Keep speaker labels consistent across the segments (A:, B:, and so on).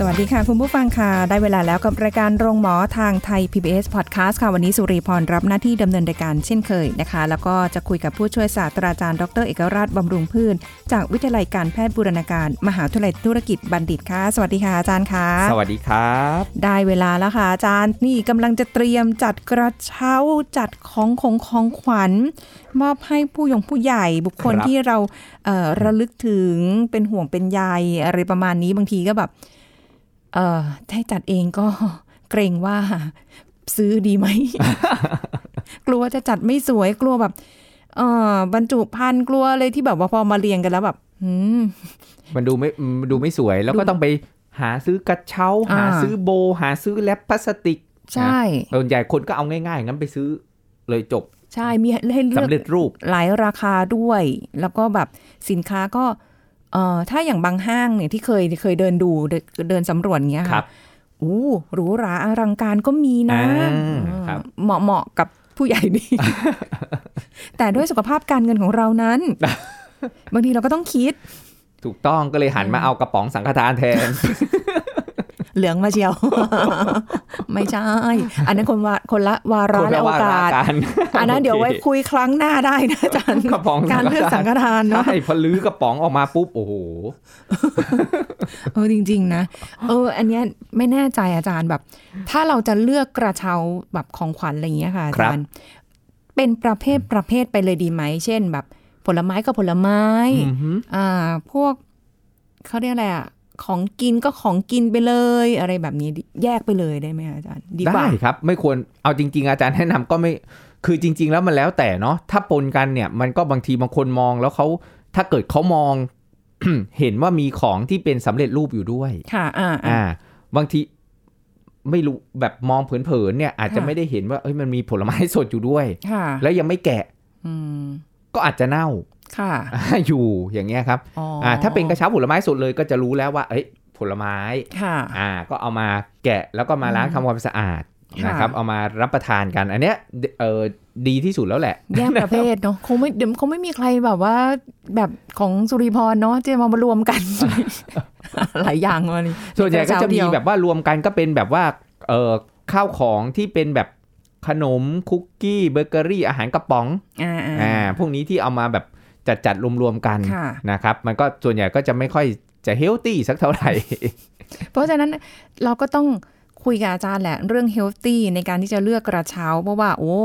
A: สวัสดีค่ะ คุณผู้ฟังค่ะ ได้เวลาแล้วกับรายการโรงหมอทางไทย PBS Podcast ค่ะ วันนี้สุริพรรับหน้าที่ดำเนินรายการเช่นเคยนะคะ แล้วก็จะคุยกับผู้ช่วยศาสตราจารย์ดรเอกราชบำรุงพืช จากวิทยาลัยการแพทย์บูรณาการ มหาวิทยาลัยธุรกิจบัณฑิตค่ะ สวัสดีค่ะอาจารย์ค่ะ
B: สวัสดีครับ
A: ได้เวลาแล้วค่ะอาจารย์นี่กำลังจะเตรียมจัดกระเช้าจัดของของของขวัญ มอบให้ผู้ยงผู้ใหญ่บุคคล
B: ครับ
A: ที่เราเอ่อระลึกถึงเป็นห่วงเป็นใยอะไรประมาณนี้บางทีก็แบบเอ่อให้จัดเองก็เกรงว่าซื้อดีไหม กลัวจะจัดไม่สวยกลัวแบบเอ่อบรรจุภัณฑ์กลัวเลยที่แบบว่าพอมาเรียงกันแล้วแบบหืม
B: มันดูไม่มันดูไม่สวยแล้วก็
A: ดู
B: ต้องไปหาซื้อกระเช้า
A: อ่า
B: หาซื้อโบว์หาซื้อแรปพลาสติก
A: ใช่
B: นะส่วนใหญ่คนก็เอาง่ายๆงั้นไปซื้อเลยจบ
A: ใช่มีให้เลือก
B: สำเร็จรูป
A: หลายราคาด้วย แล้วก็แบบสินค้าก็เอ่อถ้าอย่างบางห้างเนี่ยที่เคยเคยเดินดูเดินเดินสำรวจเงี้ย
B: ครั
A: ค่ะ
B: บ
A: อู้หรูหราอลังการก็มีนะ
B: อ่า
A: เออ
B: ครับ
A: เหมาะเหมาะกับผู้ใหญ่ ดี แต่ด้วยสุขภาพการเงินของเรานั้น บางทีเราก็ต้องคิด
B: ถูกต้องก็เลยหันมาเอากระป๋องสังฆทานแทน
A: เหลืองมาเชียว ไม่ใช่ อันนั้นคนวาคนละวาระ
B: คน
A: และ
B: ละ
A: โอ
B: วาระ
A: กาส
B: กัน
A: อันนั้นเดี๋ยวไว้
B: โอค
A: คุยครั้งหน้าได้นะอา จารย์
B: กระป๋อง
A: การเลือกสังฆทานเนาะ
B: ใช่พอลื้อกระป๋องออกมาปุ๊บโอ้โห
A: เออจริงๆนะ เออ อันเนี้ยไม่แน่ใจอาจารย์แบบ ถ้าเราจะเลือกกระเช้าแบบของขวัญอะไรอย่างเงี้ยค่ะอา
B: ครับ
A: จารย์เป็นประเภทประเภทไปเลยดีไหม เช่นแบบ ผลไม้ก็ผลไม้
B: อือหือ
A: อ่า พวกเขาเรียกอะไรอ่ะของกินก็ของกินไปเลย อะไรแบบนี้ดิแยกไปเลยได้ไหมอาจารย์ ดีกว่า
B: ได้ครับ ไม่ควรเอาจริง ๆ อาจารย์แนะนำก็ไม่คือจริง ๆ แล้วมันแล้วแต่เนาะถ้าปนกันเนี่ย มันก็บางทีบางคนมองแล้วเขาถ้าเกิดเขามอง เห็นว่ามีของที่เป็นสำเร็จรูปอยู่ด้วย
A: ค่ะ อ่าอ่า
B: อ่า บางทีไม่รู้แบบมองเผินๆเนี่ย อาจจะ
A: ค่ะ
B: ไม่ได้เห็นว่าเอ้ยมันมีผลไม้สดอยู่ด้วย
A: ค่ะ
B: แล้วยังไม่แกะ
A: อืม
B: ก็อาจจะเน่า
A: ค่ะ
B: อยู่อย่างเงี้ยครับ
A: อ๋ออ่
B: าถ้าเป็นกระเช้าผลไม้สดเลยก็จะรู้แล้วว่า เอ้ยผลไม้
A: ค่ะ
B: อ่าก็เอามาแกะแล้วก็มาล้างทำความสะอาด
A: ค่ะ
B: นะครับเอามารับประทานกัน อันเนี้ยเออดีที่สุดแล้วแหละ
A: แยกประเภทเนาะ คงไม่เดี๋ยวคงไม่มีใครแบบว่า แบบของสุริพรเนาะจะมามารวมกัน หลายอย่างมาเลย
B: ส่วนใหญ่ก็จะมีแบบว่ารวมกันก็เป็นแบบว่าเออข้าวของที่เป็นแบบขนมคุกกี้เบเกอรี่อาหารกระป๋อง
A: อ่าอ่า
B: อ่าพวกนี้ที่เอามาแบบจัดจัดๆรวมๆกัน
A: ค่ะ
B: นะครับมันก็ส่วนใหญ่ก็จะไม่ค่อยจะเฮลตี้สักเท่าไหร่
A: เพราะฉะนั้นเราก็ต้องคุยกับอาจารย์แหละเรื่องเฮลตี้ในการที่จะเลือกกระเช้า เพราะว่า โอ้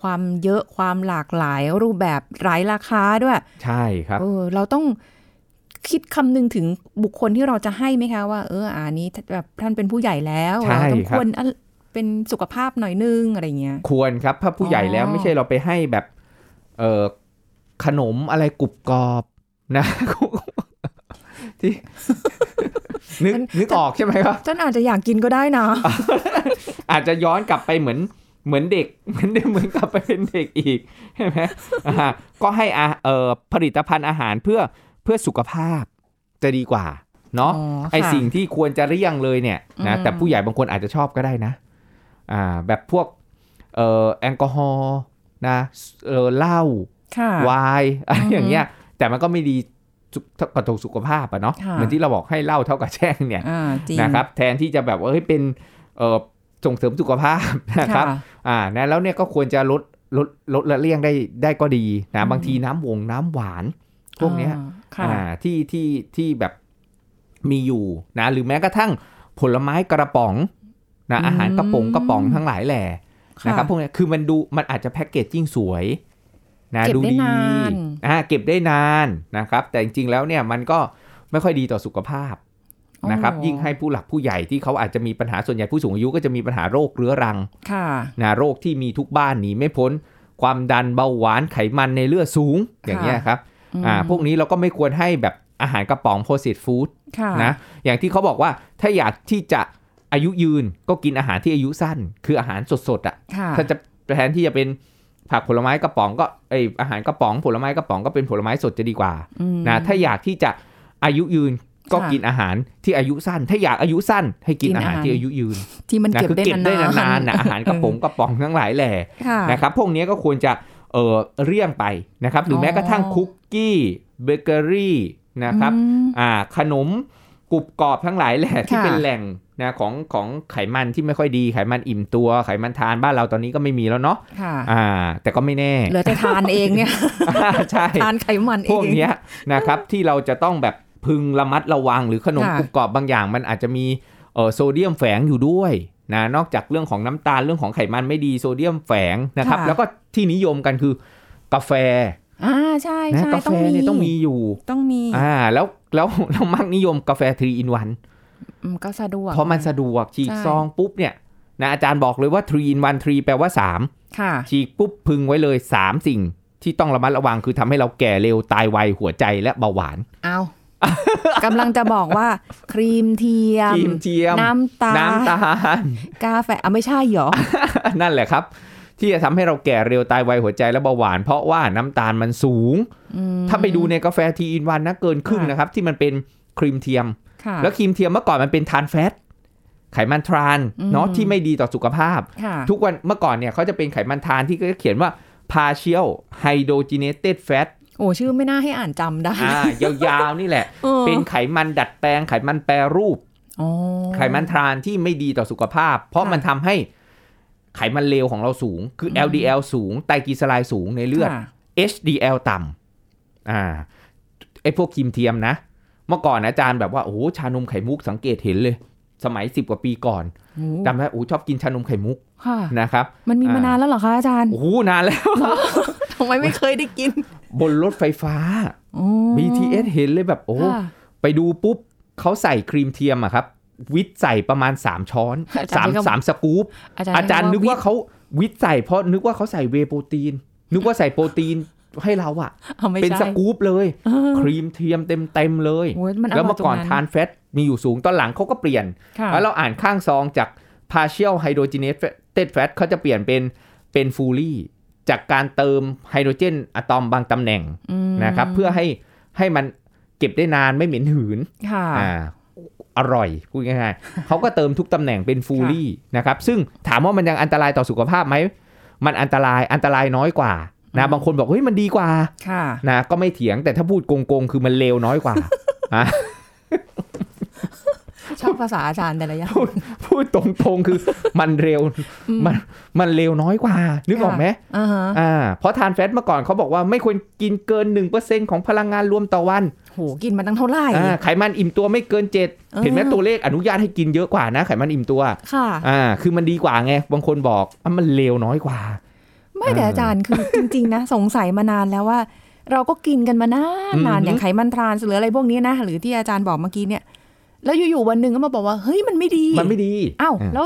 A: ความเยอะความหลากหลายรูปแบบหลายราคาด้วย
B: ใช่ครับ
A: เออเราต้องคิดคำนึงถึงบุคคลที่เราจะให้ไหมคะว่าเอออันนี้แบบท่านเป็นผู้ใหญ่แล้ว
B: ใช่
A: เราต้อง
B: ค
A: ครับ วรอันเป็นสุขภาพหน่อยนึงอะไรอย่างเงี้ย
B: ควรครับถ้าผู้ใหญ่แล้ว
A: อ๋อ
B: ไม่ใช่เราไปให้แบบเออขนมอะไรกรุบกรอบนะ ที่ นึกนึกออกใช่ไหมครับ
A: ท่านอาจจะอยากกินก็ได้นะ
B: อาจจะย้อนกลับไปเหมือนเหมือนเด็ก เหมือนเดิมเหมือนกลับไปเป็นเด็กอีก ใช่ไหมอ่าก็ให้อาเอ่อผลิตภัณฑ์อาหารเพื่อเพื่อสุขภาพจะดีกว่าเนาะ
A: อ๋อค่ะ
B: ไอสิ่งที่ควรจะเลี่ยงเลยเนี่ยนะ
A: อืม
B: แต่ผู้ใหญ่บางคนอาจจะชอบก็ได้นะอ่าแบบพวกเอ่อแอลกอฮอล์นะเอ่อเหล้า
A: ค่ะ
B: วายอะไร
A: อือฮึ
B: อย่างเงี้ย แต่มันก็ไม่ดีสุขกระทบสุขภาพอะเนาะ
A: ค่ะ
B: เหมือนที่เราบอกให้เหล้าเท่ากับแช่งเนี่ย
A: อ่าจริง
B: นะครับ แทนที่จะแบบว่าเฮ้ยเป็นเอ่อส่งเสริมสุขภาพนะครับ
A: ค่ะ
B: อ่านะแล้วเนี่ยก็ควรจะลดลดลดละเลี่ยงได้ได้ก็ดี
A: อื
B: นะ
A: ม
B: บางทีน้ำวงน้ำหวานพวกเนี้ย
A: อ่าค่ะ
B: อ่าที่ที่ที่แบบมีอยู่นะหรือแม้กระทั่งผลไม้กระป๋องนะอาหารกระป๋องกระป๋องทั้งหลายแหล่ นะครับพวกเนี้ยคือมันดูมันอาจจะแพ็กเกจจิ้งสวยนะ
A: เก็บ
B: ดู
A: ได้
B: ดี
A: นาน
B: อ่าเก็บได้นานนะครับ แต่จริงๆแล้วเนี่ยมันก็ไม่ค่อยดีต่อสุขภาพนะครับ
A: โอ้
B: ยิ่งให้ผู้หลักผู้ใหญ่ที่เขาอาจจะมีปัญหาส่วนใหญ่ผู้สูงอายุก็จะมีปัญหาโรคเรื้อรัง
A: ค่ะ
B: นะโรคที่มีทุกบ้านหนีไม่พ้น ความดันเบาหวานไขมันในเลือดสูงอย่างเงี้ยครับ
A: อืม
B: อ่าพวกนี้เราก็ไม่ควรให้แบบ อาหารกระป๋องโพสิตฟู้ด
A: ค่ะ
B: นะอย่างที่เขาบอกว่าถ้าอยากที่จะอายุยืนก็กินอาหารที่อายุสั้น คืออาหารสดๆอ่ะ
A: ค่ะ
B: ถ้าจะแทนที่จะเป็นผักผลไม้กระป๋องก็ไอยอาหารกระป๋องผลไม้กระป๋องก็เป็นผลไม้สดจะดีกว่า
A: อืม
B: นะถ้าอยากที่จะอายุยืนก็
A: ค่ะ
B: กินอาหารที่อายุสั้น ถ้าอยากอายุสั้น ให้กิน
A: กิน
B: อา
A: อา
B: หา
A: หาร ร
B: ที่อายุยืน
A: ที่มัน
B: นะ
A: เก็บ
B: คื
A: ได้
B: เก็บได้นานๆนะอาหารกระป๋องกระป๋องทั้งหลายแหล่
A: ค่ะ
B: นะครับพวกนี้ก็ควรจะเออเลี่ยงไปนะครับ หรืออ
A: อ
B: แม้กระทั่งคุกกี้เบเกอรี่นะครับ
A: อืม
B: อ่าขนมกรุบกรอบทั้งหลายแหล่ที่
A: ค่ะ
B: เป็นแหล่งนะของของไขมันที่ไม่ค่อยดีไขมันอิ่มตัวไขมันทานบ้านเราตอนนี้ก็ไม่มีแล้วเนาะ
A: ค่ะ
B: อ่าแต่ก็ไม่แน่
A: เหลือแต่ทานเองเนี่ย
B: ใช่
A: ทานไขมัน
B: พ
A: เอ
B: วก
A: ง
B: เนี้ยนะครับที่เราจะต้องแบบพึงระมัดระวังหรือขนม
A: ค่ะ
B: กรุบกรอบบางอย่าง มันอาจจะมีเอ่อโซเดียมแฝงอยู่ด้วยนะนอกจากเรื่องของน้ำตาลเรื่องของไขมันไม่ดีโซเดียมแฝงนะครับ แล้วก็ที่นิยมกันคือกาแฟ
A: อ่าใช่
B: นะ
A: ใช่
B: กาแฟเนี่ยต้องมีอยู่
A: ต้องมี
B: อ่าแล้วแล้วเรามักนิยมกาแฟทรีอินวัน
A: อืมก็สะดวก
B: เพราะมันสะดวกฉีก
A: ใช่
B: ซองปุ๊บเนี่ยนะอาจารย์บอกเลยว่าทรีอินวันทรีแปลว่าสาม
A: ค่ะ
B: ฉีกปุ๊บพึงไว้เลย 3 สิ่งที่ต้องระมัดระวังคือทำให้เราแก่เร็วตายไวหัวใจและเบาหวาน
A: เอากำลังจะบอกว่า ครีมเทียม
B: ครีมเจียม
A: น้ำตาล
B: น้ำตาล
A: กาแฟอ่ะไม่ใช่เหรอ
B: นั่นแหละครับ ที่จะทำให้เราแก่เร็วตายไวหัวใจและเบาหวาน เพราะว่าน้ำตาลมันสูง
A: อืม
B: ถ้าไปดูในกาแฟทีอินวันนะเกินครึ่ง
A: ค่ะ
B: นะครับ ที่มันเป็นครีมเทียม
A: ค่ะ
B: แล้วครีมเทียมเมื่อก่อนมันเป็นทรานแฟตไขมันทราน
A: อืม
B: เนาะที่ไม่ดีต่อสุขภาพ
A: ค่ะ
B: ทุกวันเมื่อก่อนเนี่ยเขาจะเป็นไขมันทรานที่ก็เขียนว่า partial hydrogenated fat
A: โอ้ชื่อไม่น่าให้อ่านจำได้
B: อ่ายาวๆนี่แหละ
A: ออ
B: เป็นไขมันดัดแปลงไขมันแปรรูป
A: อ๋อ
B: ไขมันทรานที่ไม่ดีต่อสุขภาพ เพราะ
A: ค่ะ
B: มันทำให้ไขมันเลวของเราสูง คืออ
A: ม
B: LDL สูง ไตรกลีเซอไรด์สูงในเลือด
A: ค่ะ
B: HDL ต่ำอ่าไอพวกครีมเทียมนะ เมื่อก่อนอาจารย์แบบว่าโอ้โหชานมไข่มุกสังเกตเห็นเลย สมัย 10 กว่าปีก่อน
A: โอ้
B: จำได้โอ้ชอบกินชานมไข่มุก
A: ค่ะ
B: นะครับ
A: มันมีมานานแล้วเหรอคะอาจารย์
B: โอ้โหนานแล้ว
A: ทำไมไม่เคยได้กิน
B: บนรถไฟฟ้า
A: โอ้
B: BTS เห็นเลยแบบโอ้
A: ค่ะ
B: ไปดูปุ๊บเขาใส่ครีมเทียมอะครับ วิทย์ใส่ประมาณ 3 ช้อน
A: อาจารย์
B: สาม
A: นึกว่า
B: สามสกู๊ป
A: อาจาร
B: อา
A: ย์
B: จารย์นึกว่าเขาวิทย์ใส่เพราะนึกว่าเขาใส่เวย์โปรตีน นึกว่าใส่โปรตีน ให้เราอะ
A: เอาไม่
B: เป็น
A: ใช่
B: สกู๊ปเลย
A: เออ
B: ครีมเทียมเต็มเต็มๆเลย
A: โอ้ยมัน
B: แล้วเมื่อก่อน
A: ร่ย
B: ทานแฟตมีอยู่สูงตอนหลังเขาก็เปลี่ยน
A: ค่ะ
B: แล้วเราอ่านข้างซองจาก partial hydrogenated fat เขาจะเปลี่ยนเป็นเป็น fully จากการเติมไฮโดรเจนอะตอมบางตำแหน่ง
A: อืม
B: นะครับเพื่อให้ให้มันเก็บได้นานไม่เหม็นหืน
A: ค่ะ
B: อ่าอร่อยพูดง่ายๆ เขาก็เติมทุกตำแหน่งเป็นฟูลี่นะครับ ซึ่งถามว่ามันยังอันตรายต่อสุขภาพไหม มันอันตรายอันตรายน้อยกว่านะ
A: อืม
B: บางคนบอกเฮ้ยมันดีกว่า
A: ค่ะ
B: นะก็ไม่เถียงแต่ถ้าพูดโกงๆ คือมันเลวน้อย กว่า อ่ะ
A: ชอบภาษาอาจารย์แต่ละ อย่าง
B: พูดตรงๆคือมันเร็ว
A: อืม
B: มันมันเลวน้อยกว่า นึกออกไหม
A: อ่าฮะ
B: อ่าเพราะทานแฟตเมื่อก่อนเขาบอกว่าไม่ควรกินเกิน 1%ของพลังงานรวมต่อวัน
A: โหกินมาตั้งเท่าไหร่
B: อ่าไขมันอิ่มตัวไม่เกินเจ็ด
A: เออ
B: เห็นไหมตัวเลขอนุญาตให้กินเยอะกว่านะไขมันอิ่มตัว
A: ค่ะ
B: อ่า คือมันดีกว่าไง บางคนบอกอ่ะมันเลวน้อยกว่า
A: ไม่แต่อาจารย์คือ จริง ๆ นะ สงสัยมานานแล้วว่า เราก็กินกันมานานนาน
B: อืม
A: อย่างไขมันทรานส์หรืออะไรพวกนี้นะ หรือที่อาจารย์บอกเมื่อกี้เนี่ย แล้วอยู่ๆวันหนึ่งก็มาบอกว่า เฮ้ยมันไม่ดี
B: มันไม่ดี
A: อ้าวแล้ว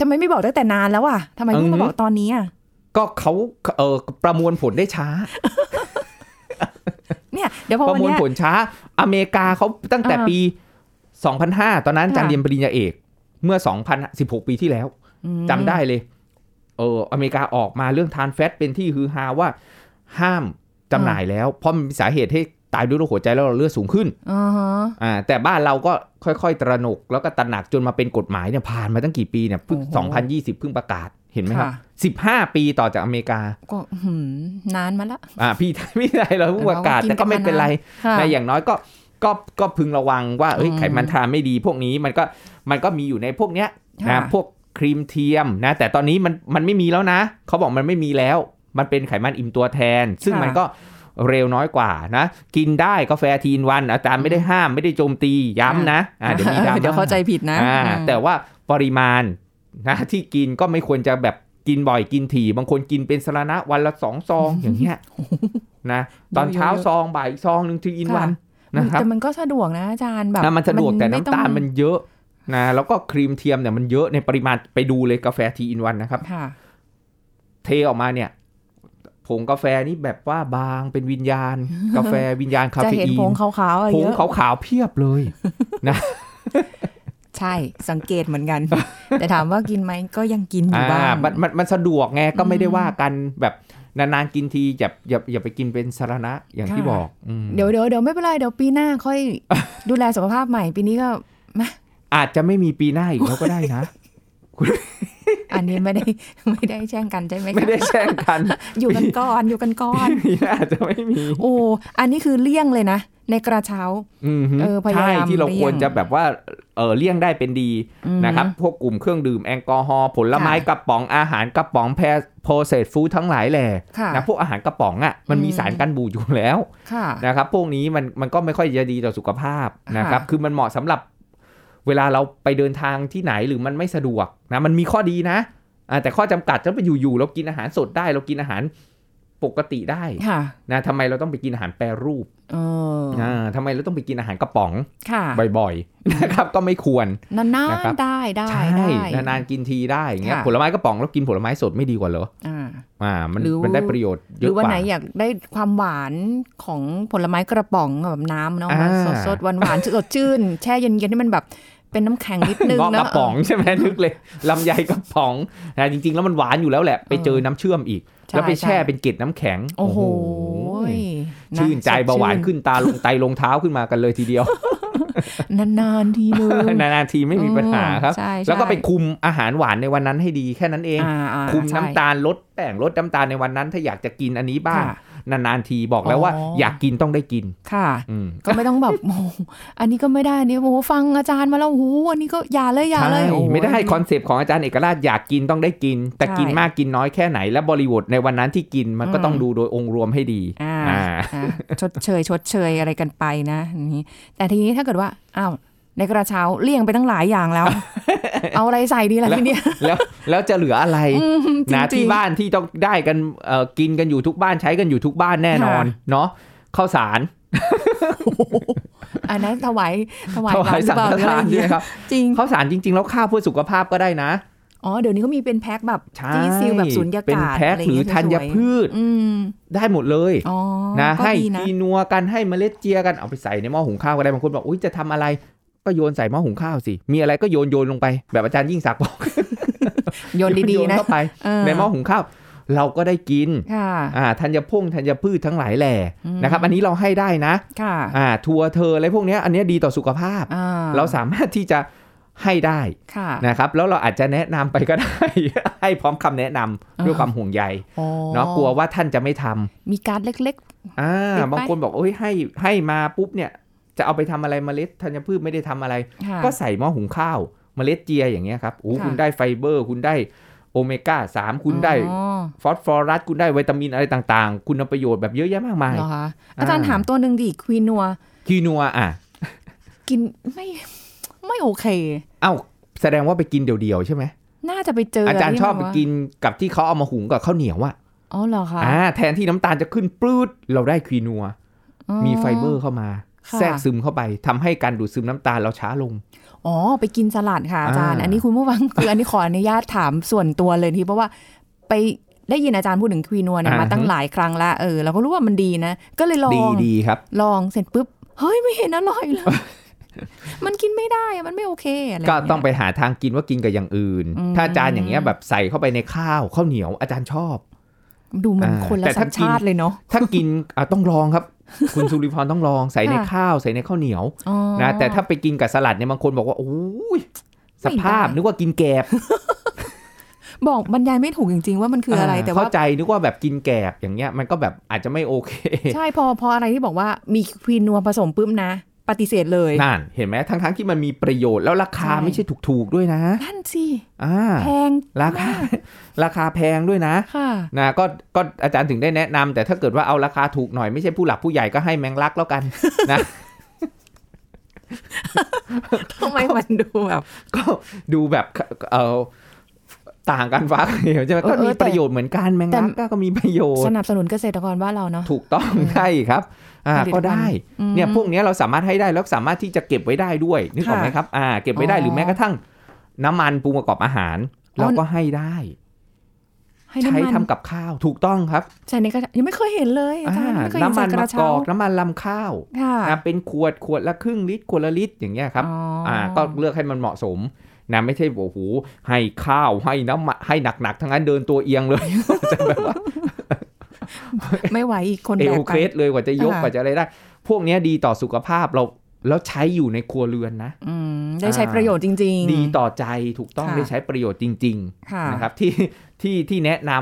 A: ทำไมไม่บอกตั้งแต่นานแล้วอ่ะทำไมเพิ่ง
B: อื
A: มาม บอกตอนนี้อ่ะ
B: ก็เขาเออประมวลผลได้ช้า
A: เนี่ยเดี๋ยวพอ
B: ประ
A: วัน
B: มวล
A: เนี้ย
B: ผลช้า อเมริกาเขาตั้งแต่
A: อ่า
B: ปี 2005 ตอนนั้นอาจารย์
A: ค่ะ
B: เรียนปริญญาเอก เมื่อ 2016 ปีที่แล้ว
A: อืม
B: จำได้เลย เอออเมริกาออกมาเรื่องทานแฟตเป็นที่ฮือฮาว่า ห้ามจำหน่ายแล้ว เพราะมันมีสาเหตุให้ตายด้วยโรคหัวใจแล้วเราเลือดสูงขึ้น
A: อ่าฮะ
B: อ่าแต่บ้านเราก็ค่อยๆ ตระหนก แล้วก็ตระหนักจนมาเป็นกฎหมายเนี่ยผ่านมาตั้งกี่ปีเนี่ยเพิ่ง
A: โอ้โห
B: 2020 เพิ่งประกาศเห็นไหมครับ
A: ค่ะ
B: สิบห้าปีต่อจากอเมริกา
A: ก็อื้อหือนานมาละ
B: อ่าพี่ พี่ไทยเราเพิ่งประกาศ
A: เราก็กิน
B: แต่ก็ไม่
A: กันมา
B: เป็นไร
A: ค่ะ
B: นะอย่างน้อยก็ก็ก็พึงระวังว่าเอ้ย
A: อืม
B: ไขมันทรานไม่ดีพวกนี้มันก็มันก็มีอยู่ในพวกเนี้ยนะ
A: ค่ะ
B: พวกครีมเทียมนะแต่ตอนนี้มันมันไม่มีแล้วนะเขาบอกมันไม่มีแล้ว มันเป็นไขมันอิ่มตัวแทน ซึ่งมันก็เร็วน้อยกว่านะ กินได้กาแฟทีนวันอาจารย์ไม่ได้ห้ามไม่ได้โจมตีย้ำนะอ่าเดี๋ยวมีดราม่า
A: เดี๋ยวเข้าใจผิดนะ
B: อ่า
A: อืม
B: แต่ว่าปริมาณ นะที่กินก็ไม่ควรจะแบบกินบ่อยกินถี่ บางคนกินเป็นสารณะวันละสองซ อง อย่างเงี้ยนะตอนเช้า
A: เยอะๆ
B: ซองบ่ายอีกซองหนึ่งทีอินวันนะครับ
A: แต่มันก็สะดวกนะอาจารย์แบบ
B: อ่ะมันสะดวกแต่
A: ไอ
B: น้ำ
A: ง
B: ตาลมันเยอะนะแล้วก็ครีมเทียมเนี่ยมันเยอะในปริมาณไปดูเลยกาแฟทีอินวันนะครับ
A: ค่ะ
B: เทออกมาเนี่ย ผงกาแฟนี่แบบว่าบางเป็นวิญญาณ กาแฟวิญญาณคา
A: จะ
B: เฟ
A: เห็น
B: อี
A: ผง
B: น
A: ขาวๆอะ
B: ผ
A: เย
B: ง
A: อะ
B: ขาวๆเพียบเลย
A: ใช่สังเกตเหมื อนกัน แต่ถามว่ากินไหมก็ยังกินอยู่บ้าง
B: มันมันมันสะดวกไงก็ไม่ได้ว่ากันแบบนานๆกินทีอย่าอย่าอย่าไปกินเป็นสารณะอย่างที่
A: ค่ะ
B: บอกอืม
A: เดี๋ยวเดี๋ยวเดี๋ยวไม่เป็นไรเดี๋ยวปีหน้าค่อย ดูแลสุขภาพใหม่ปีนี้ก็
B: อาจจะไม่มีปีหน้าอีกแล้วก็ได้นะ
A: อันนี้ไม่ได้ ไม่ได้แช่งกันใช่ไหมคะ
B: ไม่ได้แช่งกัน
A: อยู่กันก่อนอยู่กันก่ อน
B: ปีหน้าอาจจะไม่มี
A: โอ้อันนี้คือเลี่ยงเลยนะ ในกระเช้า
B: อืมฮึ
A: เออพยายาม
B: ใช่ที่เรา
A: เลี่ยง
B: ควรจะแบบว่าเออเลี่ยงได้เป็นดี
A: อืม
B: นะครับ พวกกลุ่มเครื่องดื่มแอลกอฮอล์ผลไม้
A: ค่ะ
B: กระป๋องอาหารกระป๋องแพรโพเซตฟู้ดทั้งหลายแหล่
A: ค่ะ
B: นะพวกอาหารกระป๋องอ่ะมันมี
A: อืม
B: สารกันบูดอยู่แล้ว
A: ค่ะ
B: นะครับพวกนี้มันมันก็ไม่ค่อยจะดีต่อสุขภาพนะครับ
A: ค่ะ
B: คือมันเหมาะสำหรับเวลาเราไปเดินทางที่ไหนหรือมันไม่สะดวกนะมันมีข้อดีนะอ่าแต่ข้อจำกัดถ้าไปอยู่ๆเรากินอาหารสดได้เรากินอาหารปกติได้
A: ค่ะ
B: นะทำไมเราต้องไปกินอาหารแปรรูป
A: เออ
B: อ่าทำไมเราต้องไปกินอาหารกระป๋อง
A: ค่ะ
B: บ่อยๆนะครับก็ไม่ควร
A: นาน
B: นะครับ
A: ๆได้ได้ได้
B: นานๆกินทีได้อย่างเงี้ย
A: ค่ะ
B: ผลไม้กระป๋องแล้วกินผลไม้สดไม่ดีกว่าเหรอ
A: อ่า
B: อ่ามัน
A: หรือ
B: มันได้ประโยชน์
A: ห
B: เย
A: รือ
B: อะก
A: วัน
B: ว่า
A: ไหนอยากได้ความหวานของผลไม้กระป๋องแบบน้ำเนาะ
B: อ่า
A: สดสดหวานหวานๆสดชื่น แช่เย็นๆที่มันแบบเป็นน้ำแข็งนิดนึง
B: เงาะก
A: เนาะ
B: ระป๋องใช่ไหม นึกเลยลำไยกระป๋องนะจริงๆ แล้วมันหวานอยู่แล้วแหละ ไปเจอน้ำเชื่อมอีก
A: ใ
B: แล้วไปแช่
A: ใ
B: เป็นเกล็ดน้ำแข็ง
A: โอ้โหะ
B: ชื่นใจ
A: สด
B: เบาหวานขึ้นตาลงไตลงเท้าขึ้นมากันเลยทีเดียว
A: นานๆทีนึง
B: นานๆที ไม่มีปัญหาครับ
A: ใช่ใช่
B: แล้วก็ไปคุมอาหารหวานในวันนั้นให้ดีแค่นั้นเอง
A: อ่าอ่
B: คุมน้ำ
A: ใช่
B: ตาลลดแป้งลดน้ำตาลในวันนั้น ถ้าอยากจะกินอันนี้บ้าง
A: ค่ะ
B: นานๆทีบอกแล้วว่า
A: อ๋ออ
B: อยากกินต้องได้กิน
A: ค่ะ
B: อืม
A: ก็ไม่ต้องแบบ โอ้โหอันนี้ก็ไม่ได้อันนี่โอ้โหฟังอาจารย์มาแล้วโอ้โหอันนี้ก็อย่าเลยอย่าเลย
B: ใช่
A: โอ้โห
B: ไม่ได้คอนเซปต์ของอาจารย์เอกราชอยากกินต้องได้กิน แต่
A: ใช่
B: กินมากกินน้อยแค่ไหน และบริบทในวันนั้นที่กินมันก็
A: อืม
B: ต้องดูโดยองค์รวมให้ดี
A: อ่า
B: อ่า
A: อ่ะชดเชยชดเชยอะไรกันไปนะอย่างนี้ แต่ทีนี้ถ้าเกิดว่าอ้าวในกระเช้าเลี่ยงไปตั้งหลายอย่าง แล้ว เอาอะไรใส่ดีล่ะทีเนี้ย
B: แล้วแล้วจะเหลืออะไร
A: อืมจริ
B: นะ
A: ง
B: ที่
A: ๆ
B: บ้านที่ต้องได้กันเอ่อกินกันอยู่ทุกบ้านใช้กันอยู่ทุกบ้านแน่นอน
A: ค่
B: เนาะข้าวสาร
A: อันนั้นถวายถวาย
B: ข้าวสาร
A: ห
B: สังฆ
A: รือเปล่
B: ทา
A: หรืออะไรอ
B: น
A: ย่ง
B: ใช่
A: เงี้
B: ไหม
A: ย
B: ครับ
A: จริง
B: ข้าวสารจริง ๆ แล้วข้าวเพื่อสุขภาพก็ได้นะ
A: อ๋อเดี๋ยวนี้เขามีเป็นแพ็คแบบ
B: ใช่
A: ที่ซีลแบบสุญญากาศ
B: เป็นแพ็คหรือธัญพืช
A: อืม
B: ได้หมดเลย
A: อ๋อ
B: นะ
A: ก็
B: ให้
A: ดีนะ
B: กีนัวกันให้เมล็ดเจียกันเอาไปใส่ในหม้อหุงข้าวก็ได้บางคนบอกอุ้ยจะทำอะไร ก็โยนใส่หม้อหุงข้าวสิ มีอะไรก็โยนโยนลงไป แบบอาจารย์ยิ่งศักดิ์บอก
A: โยนดี
B: โย
A: ๆนะ
B: เข้าไป
A: เ
B: ในหม้อหุงข้าว เราก็ได้กิน
A: ค่ะ
B: อ่าธัญพงษ์ธัญพืชทั้งหลายแหล่
A: อืม
B: นะครับ อันนี้เราให้ได้นะ
A: ค่ะ
B: อ่าทัวเธออะไรพวกเนี้ยอันเนี้ยดีต่อสุขภาพ
A: อ่า
B: เราสามารถที่จะให้ได้
A: ค่ะ
B: นะครับ แล้วเราอาจจะแนะนำไปก็ได้ ให้พร้อมคำแนะนำด้วยความห่วงใย
A: อ๋อ
B: เนาะกลัวว่าท่านจะไม่ทำ
A: มีการดเล็ก
B: อ่า
A: ติดไป
B: บางคนบอกโอ้ยให้ให้มาปุ๊บเนี่ย จะเอาไปทำอะไรเมล็ดธัญพืชไม่ได้ทำอะไร
A: ๆค่ะ
B: ก็ใส่หม้อหุงข้าวเมล็ดเจียอย่างเงี้ยครับโอ้
A: ค่ะ
B: คุณได้ไฟเบอร์ คุณได้โอเมก้าสามคุณได้
A: อ๋อ
B: ฟอสฟอรัสคุณได้วิตามินอะไรต่างๆ คุณประโยชน์แบบเยอะแยะมากมาย
A: เหรอคะอาจารย์
B: อ่า
A: ถามตัวหนึ่งดิควีนัว
B: คีนัวอ่ะ
A: กินไม่ไม่โอเค
B: เอ้าแสดงว่าไปกินเดี่ยวๆใช่ไหม
A: น่าจะไปเจอ
B: อา
A: อา
B: จารย์ชอบไปกินกับที่เขาเอามาหุงกับข้าวเหนียวอ่ะ
A: อ๋อเหรอคะ
B: อ่าแทนที่น้ำตาลจะขึ้นปลืดเราได้คีนัว
A: อ๋อ
B: มีไฟเบอร์เข้ามา
A: ค่ะ
B: แทรกซึมเข้าไปทำให้การดูดซึมน้ำตาลเราช้าลง
A: อ๋อไปกินสลัดค่ะอาจารย์
B: อ่า
A: อันนี้คุณผู้ฟัง คืออันนี้ขออนุญาตถามส่วนตัวเลยที่เพราะว่าไปได้ยินอาจารย์พูดถึงควีนัวเนี่ยมาตั้งหลายครั้งละเออเราก็รู้ว่ามันดีนะ ก็เลยลอง
B: ดีๆครับ
A: ลองเสร็จปุ๊บ เฮ้ยไม่เห็นอร่อยเลย มันกินไม่ได้อะมันไม่โอเคอะไรย่า
B: ก็
A: เย
B: ต้องไปหาทางกินว่ากินกับอย่างอื่น
A: อืม
B: ถ้าอาจารย์อย่างเงี้ยแบบใส่เข้าไปในข้าวข้าวเหนียวอาจารย์ชอบ
A: ดูมัน
B: อ่า
A: คนละ
B: แต่
A: สั
B: ถ้า
A: ญ
B: กิน
A: ชาติเลยเนาะ
B: ถ้ากิน อ่ะต้องลองครับ คุณสุริพรต้องลองใส่ในข้าวใส่ในข้าวเหนียว
A: อ๋อ
B: นะแต่ถ้าไปกินกับสลัดเนี่ยบางคนบอกว่าโอ้ยสภาพ
A: ไม่ได้
B: นึกว่ากินแกบ
A: บอกบรรยายไม่ถูกจริงๆว่ามันคืออะไรแต่ว่า
B: เข้าใจนึกว่าแบบกินแกบอย่างเงี้ยมันก็แบบอาจจะไม่โอเค
A: ใช่พอพออะไรที่บอกว่ามีควีนัวผสมปุ๊บนะ ปฏิเสธเลย
B: นั่นเห็นไหมทั้งทั้งๆที่มันมีประโยชน์แล้วราคา
A: ใช่
B: ไม่ใช่ถูกๆด้วยนะ
A: นั่นสิ
B: อ่า
A: แพง
B: ราคา ราคาแพงด้วยนะ
A: ค่ะ
B: นะก็ก็อาจารย์ถึงได้แนะนำแต่ถ้าเกิดว่าเอาราคาถูกหน่อยไม่ใช่ผู้หลักผู้ใหญ่ก็ให้แมงลักแล้วกัน นะ
A: ทำไมมันดูแบบ
B: ก็ดูแบบเออต่างกันฟ้าเหวใช่ไหม
A: เออ
B: ก็
A: เออ
B: มี
A: แต่
B: ประโยชน์เหมือนกันแมงลัก
A: แต่
B: ก็มีประโยช
A: ส
B: น์
A: นับสนุนเกษตรกรบ้านเราเนาะ
B: ถูกต้องใช่ครับอ่า
A: ผลิตภัณฑ์
B: ก็ได้
A: อืม
B: เนี่ยพวกเนี้ยเราสามารถให้ได้แล้วสามารถที่จะเก็บไว้ได้ด้วยนึกออกไหม
A: ค่ะ
B: ครับอ่าเก็บไว้ได้
A: อ๋อ
B: หรือแม้กระทั่ง น้ำมันปรุงประกอบอาหาร
A: อ๋อ
B: เราก็ให้ได้
A: ให้
B: ใช้
A: น้ำ
B: ทำ
A: มัน
B: กับข้าวถูกต้องครับ
A: ใส่ในกระยังไม่เคยเห็นเลยอาจารย์
B: อ่า
A: ไม่เคยเห็น
B: น้ำมั
A: ใส่
B: น
A: ก
B: มะ
A: ระ
B: ก
A: เช้า
B: อกน้ำมันลำข้าว
A: ค่ะ
B: อ่าเป็นขวดขวดละครึ่งลิตรขวดละลิตรอย่างเงี้ยครับ
A: อ๋ออ่
B: อ่า ก็เลือกให้มันเหมาะสมนะไม่ใช่โอ้โหให้ข้าวให้น้ำมันให้หนักๆทั้งนั้นเดินตัวเอียงเลย จะแบบว่า
A: ไม่ไหวอีกคน
B: เอ
A: แบก
B: ว
A: ไป
B: เครสเลยกว่าจะยก
A: อ่า
B: กว่าจะอะไรได้ พวกเนี้ยดีต่อสุขภาพเราแล้วใช้อยู่ในครัวเรือนนะ
A: อืมได้ใช้ประโยชน์จริง
B: ดีต่อใจถูกต้อง
A: ค่ะ
B: ได้ใช้ประโยชน์จริง
A: ๆค่ะ
B: ๆ นะครับ ที่ที่ที่แนะน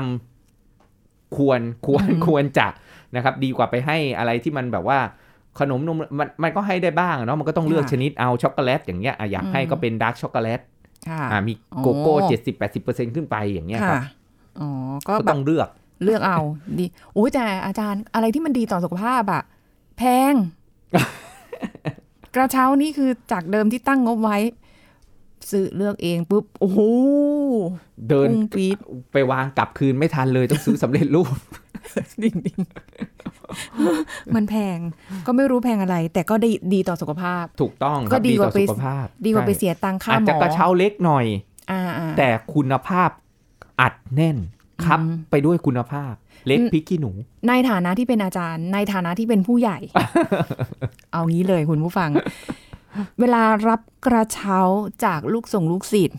B: ำควรควร
A: อืม
B: ควรจะนะครับ ดีกว่าไปให้อะไรที่มันแบบว่าขนมนมมันมันก็ให้ได้บ้างอะเนาะมันก็ต้องเลือกชนิดเอาช็อกโกแลตอย่างเงี้ยอ่ะอยากให้ก็เป็นดาร์กช็อกโกแลต
A: ค่ะ
B: อ่ะมีโกโก้
A: อ๋อ
B: เจ็ดสิบแปดสิบเปอร์เซ็นขึ้นไปอย่างเงี้ยครับ
A: ค่ะอ๋อก็
B: ก็
A: แบ
B: ต้
A: บ
B: องเลือก
A: เลือกเอาดีอุ้ยแต่อาจารย์อะไรที่มันดีต่อสุขภาพอะแพ ง กระเช้านี่คือจากเดิมที่ตั้งงบไว้ ซื้อเลือกเองปุ๊บ โอ้โห
B: เดิน
A: พุ่งปีด
B: ไปวางกลับคืนไม่ทันเลยต้องซื้อสำเร็จรูป
A: ดิ่งดิ่ง มันแพงก็ไม่รู้แพงอะไร แต่ก็ดีดีต่อสุขภาพ
B: ถูกต้องครับ
A: ก็ดี
B: ดี
A: ก
B: ต่
A: ว่า
B: อ
A: ไป
B: สุขภาพ
A: ดีกว่าไป
B: ใช่
A: เสียตังค่า
B: อาจ
A: หม
B: จะ
A: อก
B: ระเช้าเล็กหน่อย
A: อ่าอ่า
B: แต่คุณภาพอัดแน่นครับ
A: อืม
B: ไปด้วยคุณภาพ เล็ก
A: อืม
B: พริกขี้หนู
A: ในฐานะที่เป็นอาจารย์ ในฐานะที่เป็นผู้ใหญ่ เอางี้เลยคุณผู้ฟัง เวลารับกระเช้าจากลูกส่งลูกศิษย์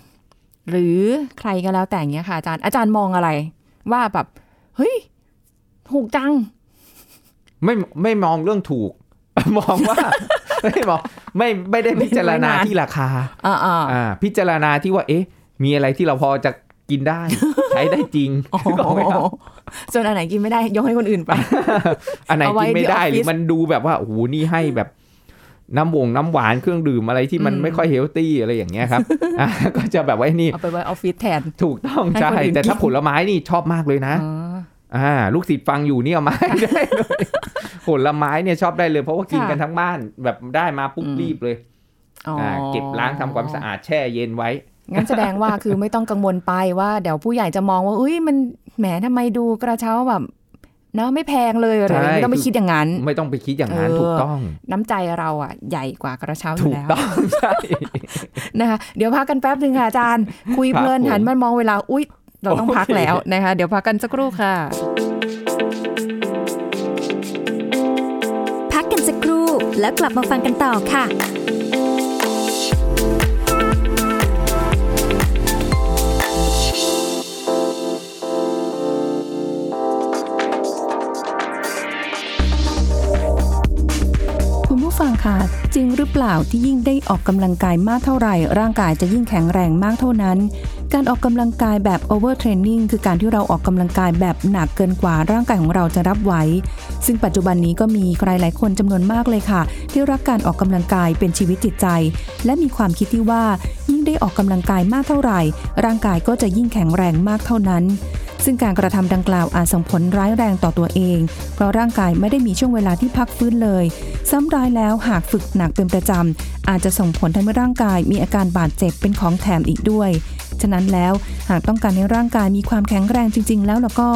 A: หรือใครก็แล้วแต่เงี้ยค่ะอาจารย์อาจารย์มองอะไร ว่าแบบเฮ้ยถูกจัง
B: ไม่ไม่มองเรื่องถูก มองว่า ไม่มองไม่ไม่ได้พิจารณา
A: ไม่ไม่
B: ที่ราคา
A: อ่าอ่า
B: อ่า พิจารณาที่ว่า เอ๊ะ มีอะไรที่เราพอจะกิน ได้ ใช้ได้จริง
A: โอ้โห
B: นึกออกไหมครับ
A: ส่วนอันไหนกินไม่ได้ยกให้คนอื่นไป
B: อันไหน
A: เอาไว้
B: กินไม่ได้
A: ที่ออฟฟิศ
B: หรือมันดูแบบว่าโอ้โหนี่ให้แบบน้ำวงน้ำหวานเครื่องดื่มอะไรที่มัน
A: อืม
B: ไม่ค่อยเฮลตี้อะไรอย่างเงี้ย ครับอ่ะก็จะแบบว่าไอ้นี่
A: เอาไปไว้ออฟฟิศแทน
B: ถูกต้อง
A: ให้
B: ใช่
A: คนอื่น
B: แต่ถ้า
A: กิน
B: ผลไม้นี่ชอบมากเลยนะ
A: อ๋อ
B: อ่า ลูกศิษย์ฟังอยู่เนี่ยเอามาให้ได้เลย ผลไม้เนี่ยชอบได้เลยเพราะว่ากิน
A: ค่ะ
B: กันทั้งบ้านแบบได้มาปุ๊บ
A: อืม
B: รีบเลย
A: อ๋ออ
B: อ่าเก็บล้างทำความสะอาดแช่เย็นไว้
A: งั้นแสดงว่าคือไม่ต้องกังวลไปว่าเดี๋ยวผู้ใหญ่จะมองว่าอุ้ยมันแหมทำไมดูกระเช้าแบบเนาะไม่แพงเลยอะไรอย่างเงี้ย
B: ใช่
A: ไม่ต้องไปคิดอย่างนั้น
B: ไม่ต้องไปคิดอย่างนั้น
A: เออ
B: ถูกต้อง
A: น้ำใจเราอ่ะใหญ่กว่ากระเช้าอยู่
B: ถูก
A: แล้ว
B: ต้องใช่
A: นะคะเดี๋ยวพักกันแป๊บหนึ่งค่ะอาจารย์ คุยเพลิน
B: ครับผม
A: หันมามองเวลาอุ้ยเราต้องพัก
B: โอเค
A: แล้วนะคะเดี๋ยวพักกันสักครู่ค่ะ
C: พักกันสักครู่แล้วกลับมาฟังกันต่อค่ะ
D: คุณผู้ฟังคะจริงหรือเปล่าที่ยิ่งได้ออกกำลังกายมากเท่าไหร่ ร่างกายจะยิ่งแข็งแรงมากเท่านั้น การออกกำลังกายแบบ overtraining คือการที่เราออกกำลังกายแบบหนักเกินกว่าร่างกายของเราจะรับไหวซึ่งปัจจุบันนี้ก็มีใครหลายคนจำนวนมากเลยค่ะ ที่รักการออกกำลังกายเป็นชีวิตจิตใจ และมีความคิดที่ว่า ยิ่งได้ออกกำลังกายมากเท่าไหร่ ร่างกายก็จะยิ่งแข็งแรงมากเท่านั้น ซึ่งการกระทำดังกล่าวอาจส่งผลร้ายแรงต่อตัวเอง เพราะร่างกายไม่ได้มีช่วงเวลาที่พักฟื้นเลย ซ้ำร้ายแล้วหากฝึกหนักเป็นประจำ อาจจะส่งผลทำให้ร่างกายมีอาการบาดเจ็บเป็นของแถมอีกด้วย ฉะนั้นแล้วหากต้องการให้ร่างกายมีความแข็งแรงจริง ๆ แล้วแล้วก็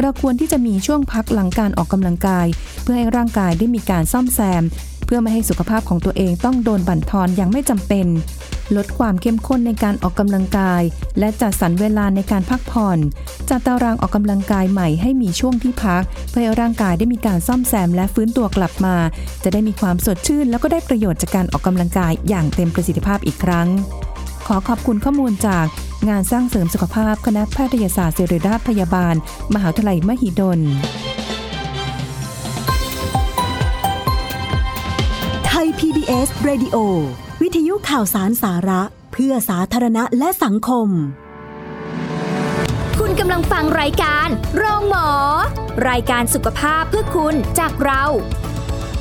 D: เราควรที่จะมีช่วงพักหลังการออกกำลังกาย เพื่อให้ร่างกายได้มีการซ่อมแซม เพื่อไม่ให้สุขภาพของตัวเองต้องโดนบั่นทอนอย่างไม่จำเป็น ลดความเข้มข้นในการออกกำลังกาย และจัดสรรเวลาในการพักผ่อน จัดตารางออกกำลังกายใหม่ให้มีช่วงที่พัก เพื่อให้ร่างกายได้มีการซ่อมแซมและฟื้นตัวกลับมา จะได้มีความสดชื่น แล้วก็ได้ประโยชน์จากการออกกำลังกายอย่างเต็มประสิทธิภาพอีกครั้ง ขอขอบคุณข้อมูลจากงานสร้างเสริมสุขภาพคณะแพทยศาสตร์ศิริราชพยาบาล มหาวิทยาลัยมหิดล
E: ไทย PBS Radio วิทยุข่าวสารสาระ เพื่อสาธารณะและสังคม
C: คุณกำลังฟังรายการโรงหมอ รายการสุขภาพเพื่อคุณจากเรา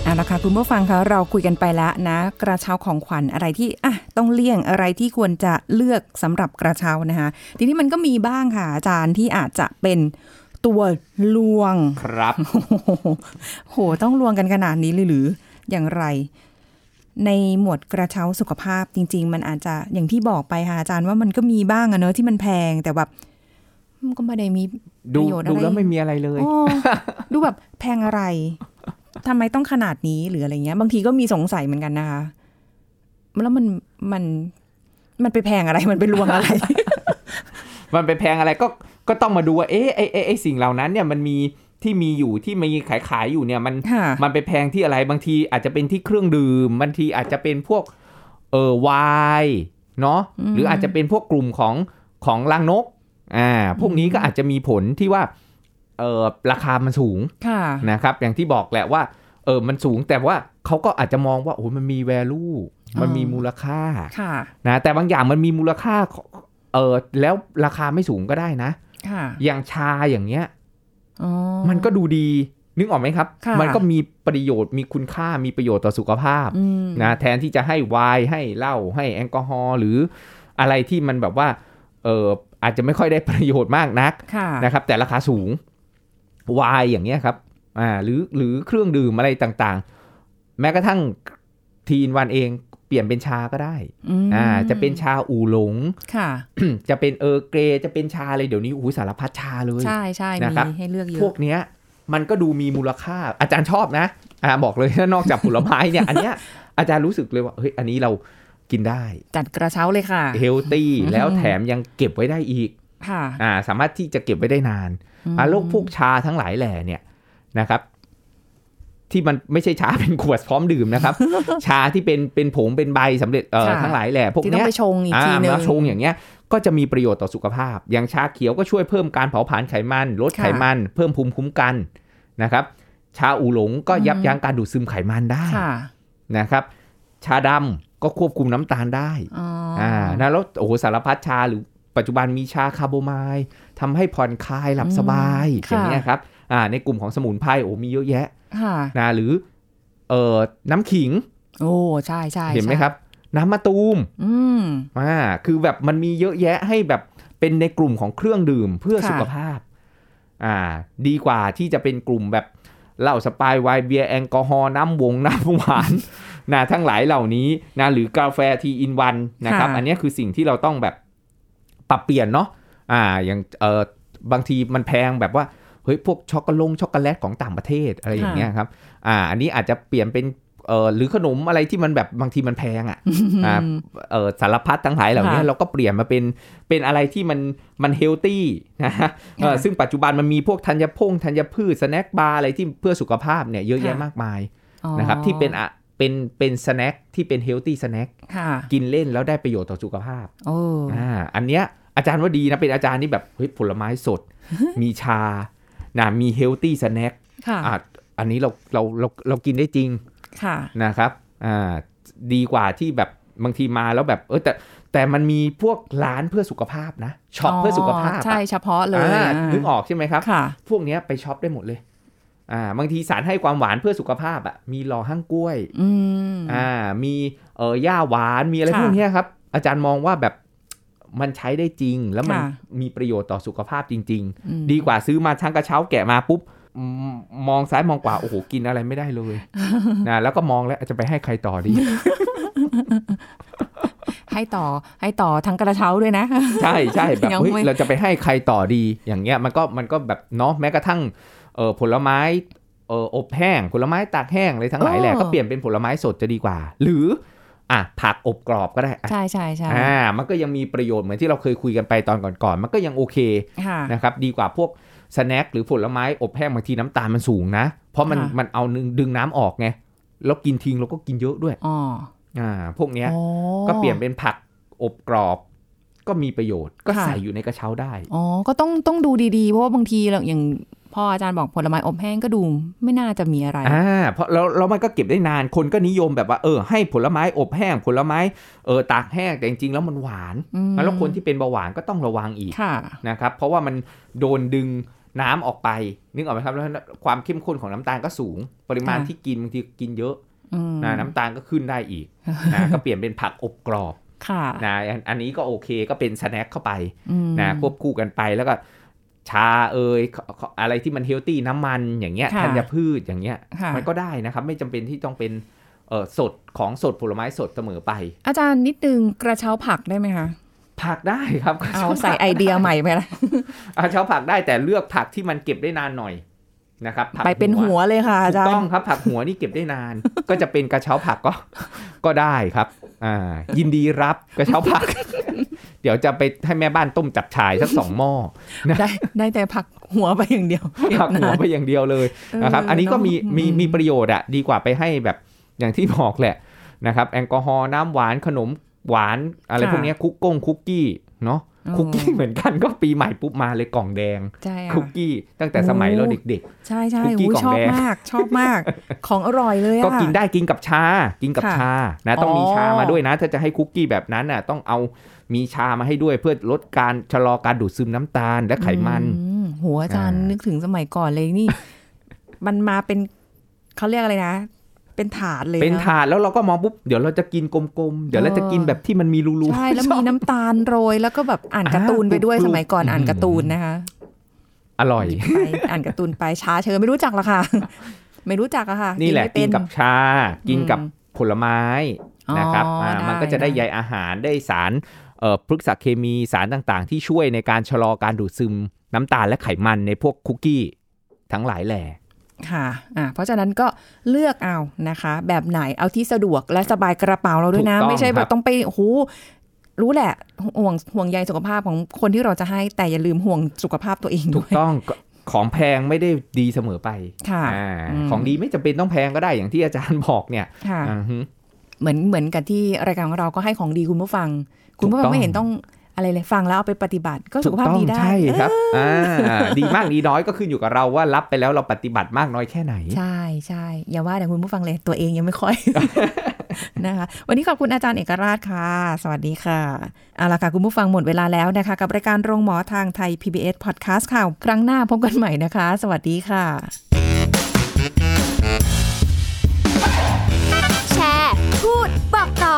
A: เอาละค่ะคุณผู้ฟังคะเราคุยกันไปแล้วนะ กระเช้าของขวัญอะไรที่อ่ะต้องเลี่ยงอะไรที่ควรจะเลือกสำหรับกระเช้านะคะ ทีนี้มันก็มีบ้างค่ะอาจารย์ที่อาจจะเป็นตัวลวง
B: ครับ
A: โอ้โหโห ต้องลวงกันขนาดนี้เลยหรืออย่างไร ในหมวดกระเช้าสุขภาพจริง ๆ มันอาจจะอย่างที่บอกไปค่ะอาจารย์ว่ามันก็มีบ้างอะเนอะที่มันแพงแต่แบบมันก็ไม่ได้มี
B: ดู
A: ประโยชน์อะไร
B: ดูแล้วไม่มีอะไรเลย
A: โอ้ดูแบบแพงอะไรทำไมต้องขนาดนี้หรืออะไรเงี้ย บางทีก็มีสงสัยเหมือนกันนะคะ แล้วมันมันมันไปแพงอะไรมันไปลวงอะไร
B: มันไปแพงอะไรก็ ก็ต้องมาดูว่าเอ๊ะไอ้ไอ้ไอ้สิ่งเหล่านั้นเนี่ยมันมีที่มีอยู่ที่มีขายขายๆอยู่เนี่ยมัน
A: ค่ะ
B: มันไปแพงที่อะไรบางทีอาจจะเป็นที่เครื่องดื่มบางทีอาจจะเป็นพวกเออไวน์เนาะ
A: อืม
B: หรืออาจจะเป็นพวกกลุ่มของของลังนกอ่าพวกนี้ก็อาจจะมีผลที่ว่าเออราคามันสูง
A: ค่ะ
B: นะครับ อย่างที่บอกแหละว่าเออมันสูงแต่ว่าเขาก็อาจจะมองว่าโอ้ยมันมี value มันมีมูลค่า
A: ค่ะ
B: นะแต่บางอย่างมันมีมูลค่าเออแล้วราคาไม่สูงก็ได้นะ
A: ค่ะ
B: อย่างชาอย่างเงี้ย
A: อ๋อ
B: มันก็ดูดีนึกออกไหมครับ
A: ค่ะ
B: มันก็มีประโยชน์มีคุณค่ามีประโยชน์ต่อสุขภาพ
A: อืม
B: นะแทนที่จะให้ไวน์ให้เหล้าให้แอลกอฮอล์หรืออะไรที่มันแบบว่าเอออาจจะไม่ค่อยได้ประโยชน์มากนัก
A: ค่ะ
B: นะครับแต่ราคาสูงไวน์อย่างเงี้ยครับอ่าหรือหรือเครื่องดื่มอะไรต่างๆ แม้กระทั่งทีนวันเองเปลี่ยนเป็นชาก็ได้
A: ม
B: อ่าจะเป็นชาอูหลง
A: ค่ะ
B: จะเป็นเออร์เกรจะเป็นชาอะไรเดี๋ยวนี้อู้ยสารพัดชาเลย
A: ใช่ใช่
B: นะ
A: มี
B: ครับ
A: ให้เลือกเย
B: พว
A: อะ
B: กเนี้ยมันก็ดูมีมูลค่าอาจารย์ชอบนะอ่าบอกเลย นอกจากผลไม้เนี่ยอันเนี้ยอาจารย์รู้สึกเลยว่าเฮ้ยอันนี้เรากินได้
A: จัดกระเช้าเลยค่ะ
B: เฮลตี้แล้วแถมยังเก็บไว้ได้อีก
A: ค่ะ
B: อ่าสามารถที่จะเก็บไว้ได้นานอ่าโรคพวกชาทั้งหลายแหล่เนี่ยนะครับ ที่มันไม่ใช่ชา เป็นขวดพร้อมดื่ม นะครับ ชาที่เป็นเป็นผงเป็นใบสำเร็จเอ่อทั้งหลายแหล่พวก
A: ที่ต้อ
B: เนี้
A: ง
B: ย
A: ไปชงอีกทีหนึง
B: มาชงอย่างเงี้ยก็จะมีประโยชน์ต่อสุขภาพ อย่างชาเขียวก็ช่วยเพิ่มการเผาผลาญไขมัน ลด
A: ค่ะ
B: ไขมัน เพิ่มภูมิคุ้มกันนะครับ ชาอูหลงก็ยับยั้งการดูดซึมไขมันได้
A: ค่ะ
B: นะครับ ชาดำก็ควบคุมน้ำตาลได้
A: อ๋ออ
B: อ่านะแล้วโอ้โหสารพัดชาหรือปัจจุบันมีชาคาโบไมล์ทำให้ผ่อนคลายหลับสบาย
A: อืม
B: อย่า
A: ค่ะ
B: งเงี้ยครับอ่าในกลุ่มของสมุนไพรโอ้มีเยอะแยะ
A: ค่ะ
B: นะหรือเอ่อน้ำขิง
A: โอ้ใช่ใช่
B: เห็นไหม
A: ใช่
B: ครับ น้ำมะตูม
A: อืม
B: อ่าคือแบบมันมีเยอะแยะให้แบบเป็นในกลุ่มของเครื่องดื่มเพื่อ
A: ค่ะ
B: สุขภาพอ่าดีกว่าที่จะเป็นกลุ่มแบบเหล้าสปายไวน์เบียร์แอลกอฮอล์น้ำวง น้ำหวาน นะทั้งหลายเหล่านี้นะหรือกาแฟทีอินวันนะครับ อันเนี้ยคือสิ่งที่เราต้องแบบปรับเปลี่ยนเนาะอ่าอย่างเออบางทีมันแพงแบบว่าเฮ้ยพวกช็อกโกลงช็อกโกแลตของต่างประเทศอะไรอย่างเงี้ยครับอ่าอันนี้อาจจะเปลี่ยนเป็นเออหรือขนมอะไรที่มันแบบบางทีมันแพงอ่ะ อ่าเออสารพัดทั้งหลายเหล่านี้
A: ค่ะ
B: เราก็เปลี่ยนมาเป็นเป็นอะไรที่มันมันเฮลตี้นะฮะเออ
A: ค่ะ
B: ซึ่งปัจจุบันมันมีพวกธัญพงธัญพืชสแน็คบาร์อะไรที่เพื่อสุขภาพเนี่ยเยอะแยะ
A: ค่ะ
B: มากมาย
A: อ๋อ
B: นะครับที่เป็นอะเป็นเป็นสแน็คที่เป็นเฮลตี้สแน็ค
A: ค่ะ
B: กินเล่นแล้วได้ประโยชน์ต่อสุขภาพ
A: โอ้
B: อ่าอันเนี้ยอาจารย์ว่าดีนะ เป็นอาจารย์ที่แบบเฮ้ยผลไม้ส ด มีชานะมีเฮลตี้สแน็ค
A: ค่ะ
B: อ่ะอันนี้เราเราเราเรากินได้จริง
A: ค่ะ
B: นะครับ อ่า ดีกว่าที่แบบบางทีมาแล้วแบบ เออแต่แต่มันมีพวกร้านเพื่อสุขภาพนะ ช็อปเพื่อสุขภาพอะ
A: ใช่เฉพาะเลย
B: อ่า
A: อ่า
B: นึกออกใช่ไหมครับ
A: ค่ะ
B: พวกเนี้ยไปช็อปได้หมดเลย อ่า บางทีสารให้ความหวานเพื่อสุขภาพอะมีหล่อห้างกล้วย
A: อืม
B: อ่า มีเออหญ้าหวาน มีอะไร
A: ค่ะ
B: พวกเนี้ยครับ อาจารย์มองว่าแบบมันใช้ได้จริง แล้วมัน
A: ค่ะ
B: มีประโยชน์ต่อสุขภาพจริง
A: อืม
B: ๆ ดีกว่าซื้อมาทั้งกระเช้าแกะมาปุ๊บอืมมองซ้ายมองขวาโอ้โหกินอะไรไม่ได้เลย นะแล้วก็มองแล้วจะไปให้ใครต่อดี
A: ให้ต่อให้ต่อทั้งกระเช้าด้วยนะ
B: ใช่ ใช่แบบ
A: ยัง
B: เฮ้ย
A: ไม่
B: เราจะไปให้ใครต่อดีอย่างเงี้ยมันก็มันก็แบบเนาะแม้กระทั่งเออผลไม้เอออบแห้งผลไม้ตากแห้งอะไรทั้งหลายแหละก็เปลี่ยนเป็นผลไม้สดจะดีกว่า หรืออ่ะผักอบกรอบก็ได้อ่ะ
A: ใช่ใช่ใช่
B: อ่า มันก็ยังมีประโยชน์เหมือนที่เราเคยคุยกันไปตอนก่อนๆ มันก็ยังโอเค
A: ค่ะ
B: นะครับ ดีกว่าพวกสแน็คหรือผลไม้อบแห้งบางทีน้ำตาลมันสูงนะ เพราะมัน
A: ค่ะ
B: มันเอานึงดึงน้ำออกไง แล้วกินทิ้งแล้วก็กินเยอะด้วย
A: อ๋อ
B: อ่า พวกเนี้ย
A: โอ้
B: ก็เปลี่ยนเป็นผักอบกรอบ ก็มีประโยชน์ ก็
A: ค่ะ
B: ใส่อยู่ในกระเช้าได้
A: อ๋อ ก็ต้องต้องดูดีๆ เพราะว่าบางทีเราอย่างพ่ออาจารย์บอกผลไม้อบแห้งก็ดูไม่น่าจะมีอะไร
B: อ่า เพราะแล้วแล้วมันก็เก็บได้นาน คนก็นิยมแบบว่า เออ ให้ผลไม้อบแห้ง ผลไม้ เออ ตากแห้ง แต่จริงๆ แล้วมันหวาน
A: อืม
B: แล้วคนที่เป็นเบาหวานก็ต้องระวังอีก
A: ค่ะ
B: นะครับเพราะว่ามันโดนดึงน้ำออกไป นึกออกไหมครับแล้วความเข้มข้นของน้ำตาลก็สูง ปริมาณ
A: ค่ะ
B: ที่กินบางทีกินเยอะ
A: อืม
B: นะน้ำตาลก็ขึ้นได้ อีกนะก็เปลี่ยนเป็นผักอบกรอบ
A: ค่ะ
B: นะอันอันนี้ก็โอเคก็เป็นสแน็คเข้าไป
A: อืม
B: นะควบคู่กันไปแล้วก็ชาเอยขขอะไรที่มันเฮลตี้น้ำมันอย่างเงี้ย
A: ค่ะ
B: ธัญพืชอย่างเงี้ย
A: ค่ะ
B: มันก็ได้นะครับ ไม่จำเป็นที่ต้องเป็นเออสดของสดผลไม้สดเสมอไป
A: อาจารย์นิดนึงกระเช้าผักได้ไหมคะ
B: ผักได้ครับก็
A: เอา
B: ชบ
A: ใส่
B: ผัก
A: ไอเดียใหม่ไปละ
B: อาเช้าผักได้แต่เลือกผักที่มันเก็บได้นานหน่อยนะครับผัก
A: ไปเป็นหัวเลยค่ะอา
B: ถู
A: จากร
B: ต้อง
A: ย์
B: ครับผักหัวนี่เก็บได้นาน ก็จะเป็นกระเช้าผักก็ก็ได้ครับ อ่า ยินดีรับกระเช้าผัก เดี๋ยวจะไปให้แม่บ้านต้มจับฉายสักสองหม้อ
A: ได้ได้แต่ผักหัวไปอย่างเดียวเก็บ
B: หักหัวน
A: าน
B: ไปอย่างเดียวเลยนะครับ
A: เอออั
B: อันนี้ก็มี
A: เนอะ
B: มี
A: อืม
B: มีประโยชน์อะดีกว่าไปให้แบบอย่างที่บอกแหละนะครับ แอลกอฮอล์น้ำหวานขนมหวานอะไรพวกเนี้ยคุกก้งคุกกี้เนาะคุกกี้เหมือน กันก็ปีใหม่ปุ๊บมาเลยกล่องแดง
A: ใช่
B: คุก
A: ค่ะ
B: กี้ตั้งแต่สมัย
A: โอ้
B: เราเด็ก
A: ใช่ใช่
B: คุกกี้
A: โอ้ย
B: กล่อง
A: ชอบ
B: แดง
A: มาก ชอบมาก ของอร่อยเลย
B: ๆ
A: อะ
B: ก็กินได้กินกับชา กินกับ
A: ค่ะ
B: ชานะต้องมี
A: อ๋อ
B: ชามาด้วยนะ ถ้าจะให้คุกกี้แบบนั้นน่ะต้องเอามีชามาให้ด้วยเพื่อลดการชะลอการดูดซึมน้ำตาลและไขมัน
A: อืมโหัวอาจารย์
B: อ่านึ
A: นึกถึงสมัยก่อนเลยนี่ มันมาเป็นเขาเรียกอะไรนะ เป็นถาดเลย
B: เป็น
A: อะ
B: ถาดแล้วเราก็มองปุ๊บเดี๋ยวเราจะกินกลมๆเดี๋ยวเราจะกินแบบที่มันมีรูๆ
A: ใช่ แล้วมีน้ำตาลโรย แล้วก็แบบอ่าน
B: อ่า
A: การ์ตูนไปด้วย
B: ปลูก
A: สมัยก่อน
B: อืม
A: อ่านการ์ตูนนะคะ
B: อร่อย
A: ไปอ่านการ์ตูนไปช้าเชิญไม่รู้จักละค่ะ ไม่รู้จักอะค่ะ
B: นี่แหละ
A: ไม่
B: กิ
A: เป็นน
B: กับชา กินกับผลไม้
A: อ๋อ
B: นะครับอ่า
A: ได้
B: มันก็จะได้
A: ได้
B: ใยอาหารได้สารเอ่อพฤกษเคมีสารต่างๆ ที่ช่วยในการชะลอการดูดซึมน้ำตาลและไขมันในพวกคุกกี้ทั้งหลายแหล่
A: ค่ะอ่าเพราะฉะนั้นก็เลือกเอานะคะ แบบไหนเอาที่สะดวกและสบายกระเป๋าเราด้วยนะ
B: ถูกต้อง
A: ไม่ใช่แบ
B: ครับ บ
A: ต้องไปโอ้โหรู้แหละห่วงห่วงใยสุขภาพของคนที่เราจะให้แต่อย่าลืมห่วงสุขภาพตัวเอง
B: ถู
A: ด้
B: ก
A: วย
B: ต้องก็ของแพงไม่ได้ดีเสมอไป
A: ค่ะ
B: อ่า
A: อืม
B: ของดีไม่จำเป็นต้องแพงก็ได้อย่างที่อาจารย์บอกเนี่ย
A: ค่ะ
B: อ่าฮึ
A: เหมือนเหมือนกับที่รายการของเราก็ให้ของดีคุณผู้ฟัง คุณผู้ฟั
B: ถูก
A: ง
B: ต้อง
A: ไม่เห็นต้องอะไรเลยฟังแล้วเอาไปปฏิบัติก็สุขภาพดีได้
B: ใช่ครับอ่าดีมากดีน้อยก็ขึ้นอยู่กับเราว่ารับไปแล้วเราปฏิบัติมากน้อยแค่ไหน
A: ใช่ใช่อย่าว่าแต่คุณผู้ฟังเลยตัวเองยังไม่ค่อย นะคะ วันนี้ขอบคุณอาจารย์เอกราชค่ะ สวัสดีค่ะเอาละค่ะ คุณผู้ฟังหมดเวลาแล้วนะคะ กับรายการโรงหมอทางไทย PBS Podcast ค่ะ ครั้งหน้าพบกันใหม่นะคะ สวัสดีค่ะ
C: แชร์ พูด บอกต่อ